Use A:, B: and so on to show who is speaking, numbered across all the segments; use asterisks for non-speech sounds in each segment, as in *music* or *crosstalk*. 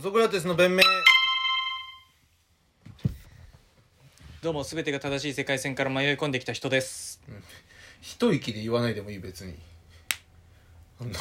A: ソクラテスの弁明
B: どうも全てが正しい世界線から迷い込んできた人です
A: 一息で言わないでもいい別にあんな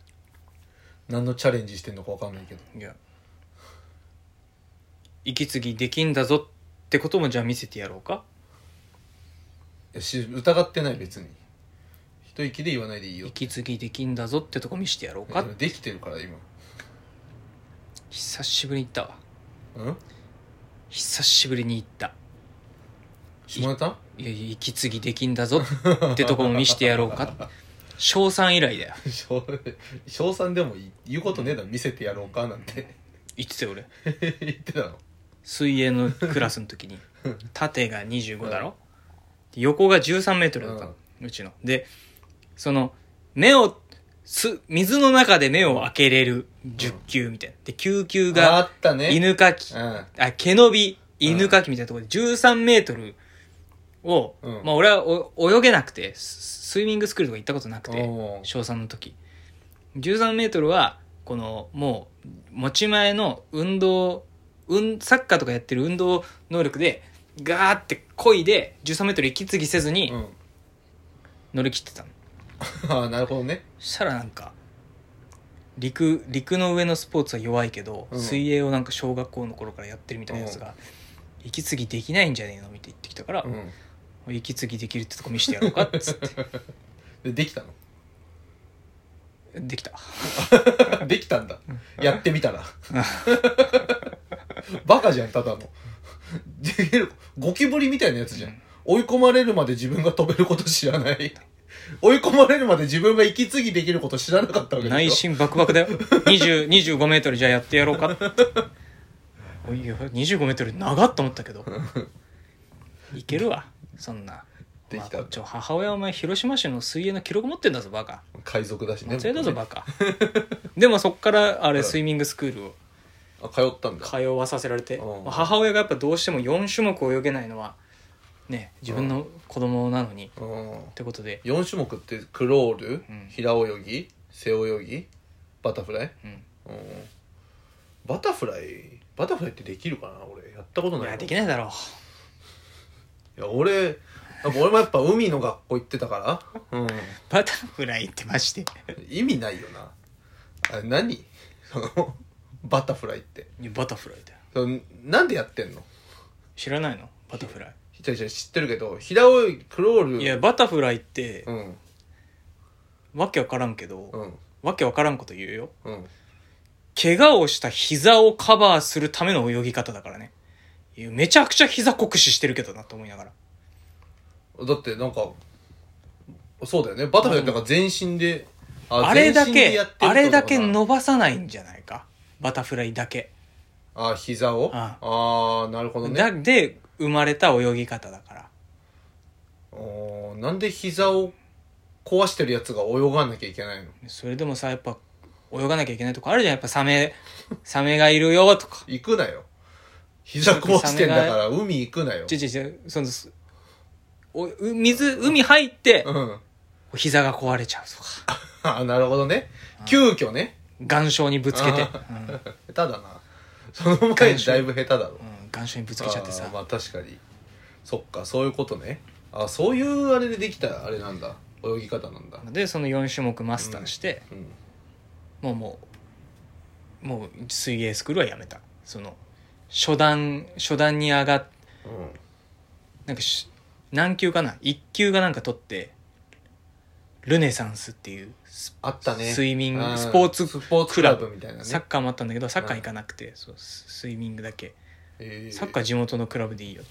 A: *laughs* 何のチャレンジしてんのか分かんないけど
B: いや息継ぎできんだぞってこともじゃあ見せてやろうか
A: いやし疑ってない別に一息で言わないでいいよ
B: 息継ぎできんだぞってとこ見せてやろうか
A: できてるから今
B: 久しぶりに行ったわ
A: うん
B: 久しぶりに行った
A: 下ネタ *laughs*
B: いやいや息継ぎできんだぞってとこも見せてやろうか賞賛以来だよ
A: 小小三でもいい言うことねえだろ見せてやろうかなんて *laughs*
B: 言ってたよ俺
A: 言ってたの
B: 水泳のクラスの時に縦が25だろ、で横が13メートルだったの、うちのでその目をす水の中で目を開けれる10級みたいなで9級
A: ああ
B: が
A: ったね
B: 犬かき、
A: うん
B: あ毛伸び犬かきみたいなところで13メートルを、
A: うん
B: まあ俺はお泳げなくてススイミングスクールとか行ったことなくて
A: おー
B: 小3の時13メートルはこのもう持ち前の運動運サッカーとかやってる運動能力でガーって漕いで13メートル息継ぎせずに
A: うん
B: 乗り切ってたの、
A: ああなるほどね
B: そしたらなんか陸陸の上のスポーツは弱いけど、
A: うん
B: 水泳をなんか小学校の頃からやってるみたいなやつが、息継ぎできないんじゃねえのみたいに言ってきたから
A: う、ん
B: 息継ぎできるってとこ見せてやろうかっつって
A: *laughs* でできたの
B: できた
A: *laughs* できたんだ。やってみたら。 *laughs* バカじゃん、ただの。 *laughs* できる、ゴキブリみたいなやつじゃん。追い込まれるまで自分が飛べること知らない。追い込まれるまで自分が息継ぎできること知らなかったわけでしょ
B: 内心バクバクだよ20 25メートルじゃあやってやろう
A: *laughs*
B: かっておいや25メートル長っと思ったけどいけるわそんな
A: できた
B: まあこっちは母親はお前広島市の水泳の記録持ってんだぞバカ
A: 海賊だしね。
B: 松江だぞ
A: 僕ね
B: バカ *laughs* でもそっからあ
A: う
B: れ
A: ん
B: スイミングスクールを
A: あ、通ったんだ。
B: 通わさせられて、
A: うん
B: まあ母親がやっぱどうしても4種目泳げないのはね自分の子供なのに、っ
A: うん。
B: てことで、
A: 4種目って、クロール
B: うん、
A: 平泳ぎ、背泳ぎ、バタフライ。
B: うん、
A: うん。バタフライ、バタフライってできるかな俺、やったことないい
B: や
A: な。
B: できないだろう
A: いや俺やっぱ俺もやっぱ海の学校行ってたから、うん、
B: バタフライってまして
A: 意味ないよなあれ何 *laughs* そのバタフライって
B: いやバタフライだよ
A: そのなんでやってんの
B: 知らないのバタフライ
A: ひちゃちゃ知ってるけど平泳ぎクロール
B: いやバタフライって
A: うん
B: わけわからんけど、
A: うん
B: わけわからんこと言うよ
A: うん
B: 怪我をした膝をカバーするための泳ぎ方だからねいやめちゃくちゃ膝酷使してるけどなと思いながら
A: だってなんかそうだよねバタフライってなんか全身で、
B: あれだ
A: 全身で
B: け
A: やってるってことかな
B: あれだけ伸ばさないんじゃないかバタフライだけ、
A: あ膝を
B: あ
A: ああなるほどね
B: だで生まれた泳ぎ方だから
A: おーなんで膝を壊してるやつが泳がなきゃいけないの
B: それでもさやっぱ泳がなきゃいけないとこあるじゃんやっぱサメサメがいるよとか
A: 行くなよ。膝壊してんだから海行くなよ
B: ち。ょちょちょそのおう水海入って
A: うん。 *laughs*
B: 膝が壊れちゃうとか
A: あ、なるほどね。急遽ね。 *laughs*
B: 岩礁にぶつけて、
A: あ
B: うんうん
A: 下手だな。その前にだいぶ下手だろ。
B: 岩礁にぶつけちゃってさ
A: あーまあ確かに。そっか、そういうことね。あ、そういうあれでできたあれなんだ。泳ぎ方なんだ。
B: でその4種目マスターして、
A: うん。
B: もうもうもう水泳スクールはやめたその初段初段に上がっなんかし何級かな1級がなんか取ってルネサンスっていうス
A: あったね。
B: スイミング
A: うん
B: スポーツ
A: スポーツクラブみたいなね。
B: サッカーもあったんだけどサッカー行かなくて、そうススイミングだけ
A: えー
B: サッカー地元のクラブでいいよ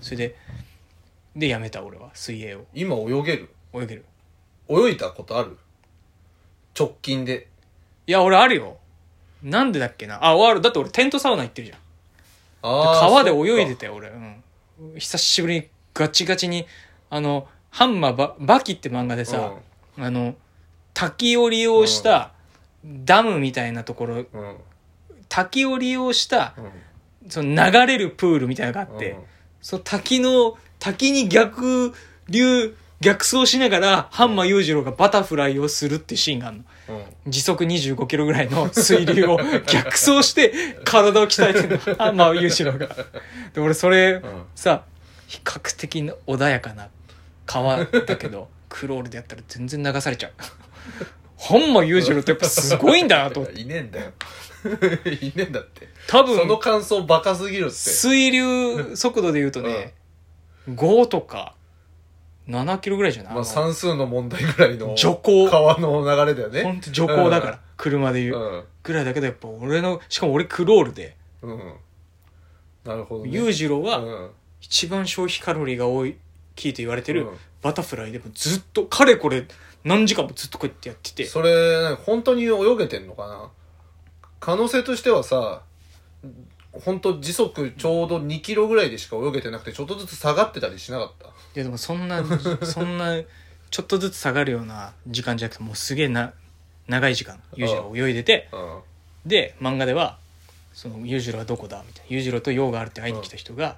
B: それででやめた俺は水泳を
A: 今泳げる
B: 泳げる
A: 泳いだことある直近で。
B: いや俺あるよなんでだっけなああるだって俺テントサウナ行ってるじゃん
A: あー
B: 川で泳いで
A: そ
B: たよ俺、うん、久しぶりにガチガチにあの「ハンマーババキ」って漫画で
A: っ
B: さ
A: か、
B: あの滝を利用したダムみたいなところ
A: うん。うん。
B: 滝を利用した
A: うん
B: その流れるプールみたいなのがあって、
A: うん
B: その滝の滝に逆流逆走しながら、ハンマー裕次郎がバタフライをするってシーンがあるの。時速25キロぐらいの水流
A: *laughs*
B: を逆走して体を鍛えてるの。ハンマー裕次郎が。で、俺それ、
A: ん
B: さ、比較的穏やかな川だけど、クロールでやったら全然流されちゃう。ハンマー裕次郎ってやっぱすごいんだなと思って。
A: いねえん
B: *laughs*
A: だよいねえんだって
B: 多分、
A: その感想バカすぎるって
B: 水流速度で言うとね、5とか7キロぐらいじゃない、
A: まあ算数の問題ぐらいの
B: *laughs* 徐行
A: 川の流れだよね
B: ほんと徐行だから、車で言う、
A: うん
B: ぐらいだけどやっぱ俺のしかも俺クロールで
A: うん、うんなるほど、ね、
B: 裕次郎は
A: は
B: 一番消費カロリーが多いキーと言われて
A: う
B: る
A: ん
B: バタフライでもずっとかれこれ何時間もずっとこうやってやってて
A: それ本当に泳げてんのかな可能性としてはさ本当時速ちょうど2キロぐらいでしか泳げてなくてちょっとずつ下がってたりしなかった
B: いやでもそんなそんなちょっとずつ下がるような時間じゃなくてもうすげえな長い時間裕次郎泳いでて
A: うん
B: で漫画ではその裕次郎はどこだみたいな裕次郎と用があるって会いに来た人が、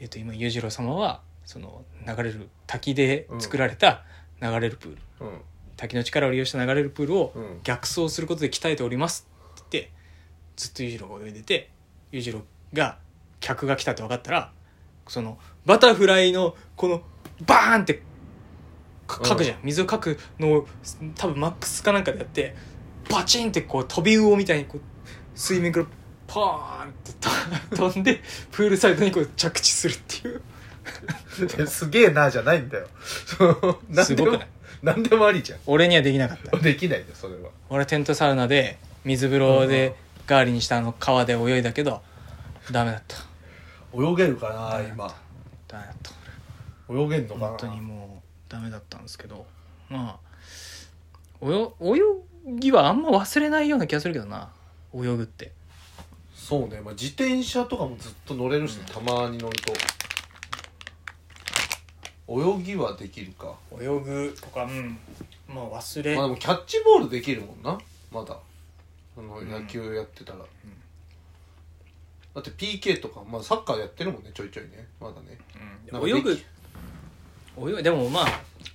B: えっと今裕次郎様はその流れる滝で作られた流れるプール、
A: うん
B: 滝の力を利用した流れるプールを
A: うん
B: 逆走することで鍛えておりますって言ってずっと裕次郎が泳いでて裕次郎が客が来たって分かったらそのバタフライのこのバーンってか
A: うん
B: かくじゃん水をかくのを多分マックスかなんかでやってバチンってこう飛び魚みたいにこう水面からパーンってと飛んでプールサイドにこう着地するっていう *laughs*
A: ですげえなじゃないんだよ。そのなんです
B: ごく
A: も
B: ない、
A: なんでもありじゃん。
B: 俺にはできなかった
A: できないよ、それは。
B: 俺テントサウナで水風呂
A: うんうん
B: で代わりにしたあの川で泳いだけどダメだった
A: 泳げるかな、今。
B: ダメだった
A: 泳げんのかな。
B: 本当にもうダメだったんですけどまあ泳泳ぎはあんま忘れないような気がするけどな泳ぐって
A: そうね、まあ、自転車とかもずっと乗れるし、たまに乗ると。泳ぎはできるか。
B: 泳ぐとかうんまあ忘れ
A: まあ、でもキャッチボールできるもんな、まだ。あの野球やってたら。だって PK とか、まあ、サッカーやってるもんね、ちょいちょいね。まだね。なんかでき
B: 泳ぐ泳ぐでもまあ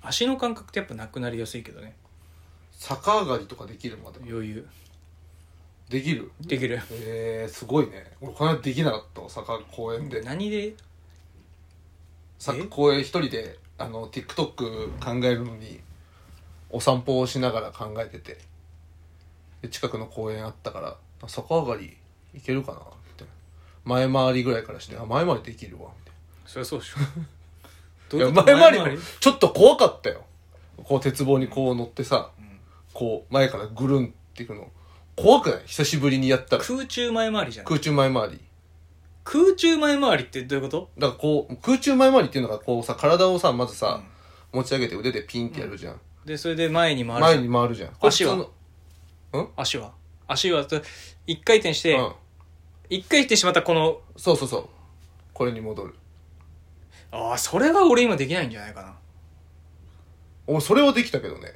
B: 足の感覚ってやっぱなくなりやすいけどね
A: 逆上がりとかできるまで。
B: 余裕
A: できる
B: できる
A: えー、すごいね俺この間できなかったわ坂公園で
B: 何で
A: 坂公園一人であの TikTok 考えるのにお散歩をしながら考えててで近くの公園あったからあ坂上がりいけるかなって前回りぐらいからしてあ前回りできるわみたい
B: そりゃそうでしょ
A: ないや前回りもちょっと怖かったよこう鉄棒にこう乗ってさ、こう前からぐるんっていくの怖くない久しぶりにやったら
B: 空中前回りじゃん
A: 空中前回り
B: 空中前回りってどういうこと
A: だからこう空中前回りっていうのがこうさ体をさまずさ、持ち上げて腕でピンってやるじゃん、
B: でそれで前に回るじゃ
A: 前
B: ん
A: に回るじゃん
B: 足は
A: これ普
B: 足は足はと一回転し
A: 通
B: て、
A: のうん
B: 一回転してまたこの
A: そうそうそうこれに戻る
B: ああそれは俺今できないんじゃないかな
A: 俺それはできたけどね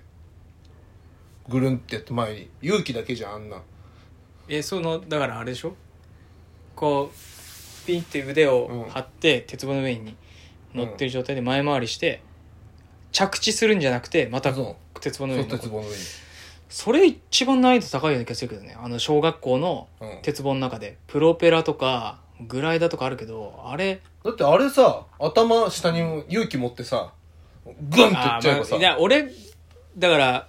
A: ぐるんってやって前に勇気だけじゃんあんな
B: えそのだからあれでしょこうピンって腕を張って、鉄棒の上に乗ってる状態で前回りして、着地するんじゃなくてまた
A: そ
B: 鉄棒
A: う
B: の上
A: そう
B: に乗る
A: 鉄棒の上に
B: それ一番難易度高いような気がするけどねあの小学校の
A: うん
B: 鉄棒の中でプロペラとかグライダーとかあるけどあれ
A: だってあれさ頭下にも勇気持ってさグンってやっちゃえばさ、
B: あーまあいや俺だから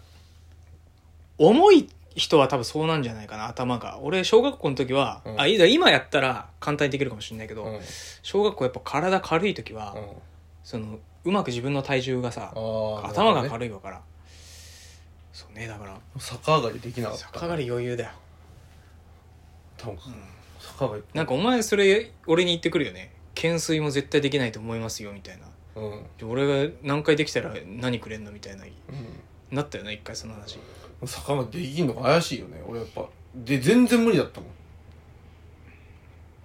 B: 重い人は多分そうなんじゃないかな頭が俺小学校の時は、
A: うん
B: あいいだ今やったら簡単にできるかもしれないけど、
A: うんうん
B: 小学校やっぱ体軽い時は、そのうまく自分の体重がさ、
A: あ
B: 頭が
A: る、ね、
B: 軽いわから、そうねだから
A: 逆上がりできなかった
B: 逆上がり余裕だよ
A: 多分逆上がり
B: なんかお前それ俺に言ってくるよね懸垂も絶対できないと思いますよみたいな
A: うん、うん
B: で俺が何回できたら何くれんのみたいななったよね一回その話
A: 坂までできんのか怪しいよね俺やっぱで全然無理だったもん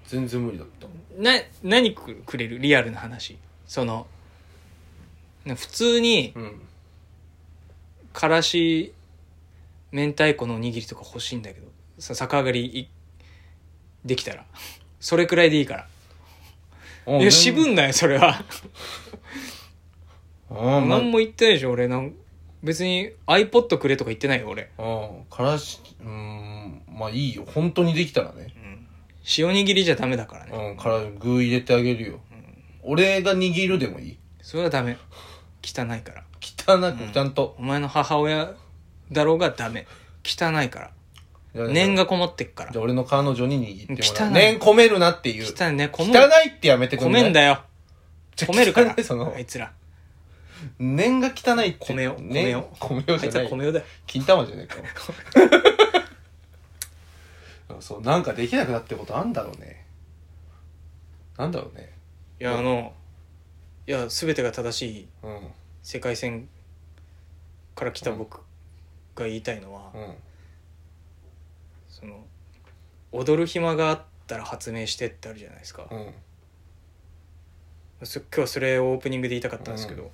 A: 全然無理だった
B: な何くくれるリアルな話そのな普通に
A: うん
B: からし明太子のおにぎりとか欲しいんだけどさ逆上がりいできたら *laughs* それくらいでいいからいや
A: *laughs*
B: 渋
A: い
B: んなよそれは
A: ああま
B: 何も言ってないでしょ俺なん別に iPod くれとか言ってないよ俺
A: うんからしうんまあいいよ本当にできたらね
B: 塩握りじゃダメだからね
A: うんから具入れてあげるよ、俺が握るでもいい
B: それはダメ汚いから
A: 汚くちゃんと、
B: お前の母親だろうがダメ汚いから
A: じゃあ
B: 念がこもってっから
A: じゃあ俺の彼女に握ってもらう
B: 汚い
A: 念込めるなっていう
B: 汚いねこ
A: 汚
B: も
A: いってやめてく
B: こ
A: んな
B: めん
A: い
B: だよ
A: じゃあ
B: こめるから
A: 汚いその
B: あいつら
A: 念が汚いって
B: 米を
A: ね
B: 米を
A: 米
B: あ
A: をじ
B: い
A: ゃ
B: つ
A: な
B: ら
A: い
B: 米よだよ
A: 金玉じゃね
B: *laughs*
A: えかそうなんかできなくなってことあんだろうねなんだろうね
B: いやあのいや全てが正しい
A: うん
B: 世界線から来た僕が言いたいのは、
A: うん
B: その踊る暇があったら発明してってあるじゃないですか、
A: うん
B: そ今日はそれをオープニングで言いたかったんですけど、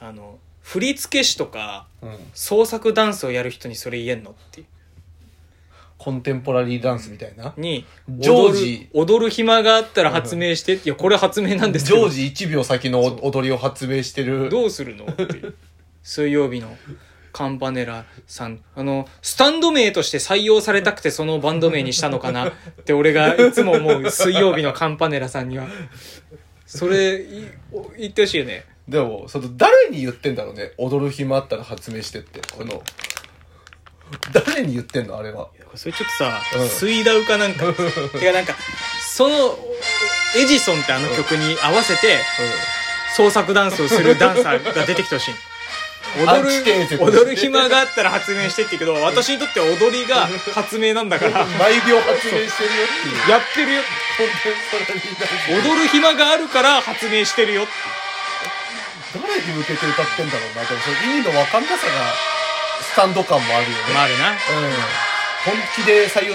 B: あの振付師とか
A: うん
B: 創作ダンスをやる人にそれ言えんのっていう
A: コンテンポラリーダンスみたいな、
B: に
A: ジョージ
B: 踊る踊る暇があったら発明して、いやこれ発明なんです
A: ジ
B: けど
A: ョージ1秒先の
B: そう
A: 踊りを発明してる
B: どうするのっていう水曜日のカンパネラさんあのスタンド名として採用されたくてそのバンド名にしたのかなって俺がいつも思う水曜日のカンパネラさんにはそれいお言ってほしいよね
A: でもその誰に言ってんだろうね踊る暇あったら発明してってこの誰に言ってんのあれは
B: それちょっとさ、
A: うん
B: 水ダウかなんかてかなんかそのエジソンってあの曲に合わせて創作ダンスをするダンサーが出てきてほしい踊
A: アンチテーゼ
B: る
A: として
B: 踊る暇があったら発明してって言うけど私にとっては踊りが発明なんだからや
A: 毎秒発明してるよっていう
B: ってるよ
A: コンテンポラリーダンス
B: 踊る暇があるから発明してるよ
A: 誰に向けて歌ってんだろうなでもその意味のわかんなさがスタンド感もあるよね、
B: まああるな
A: うん本気で採用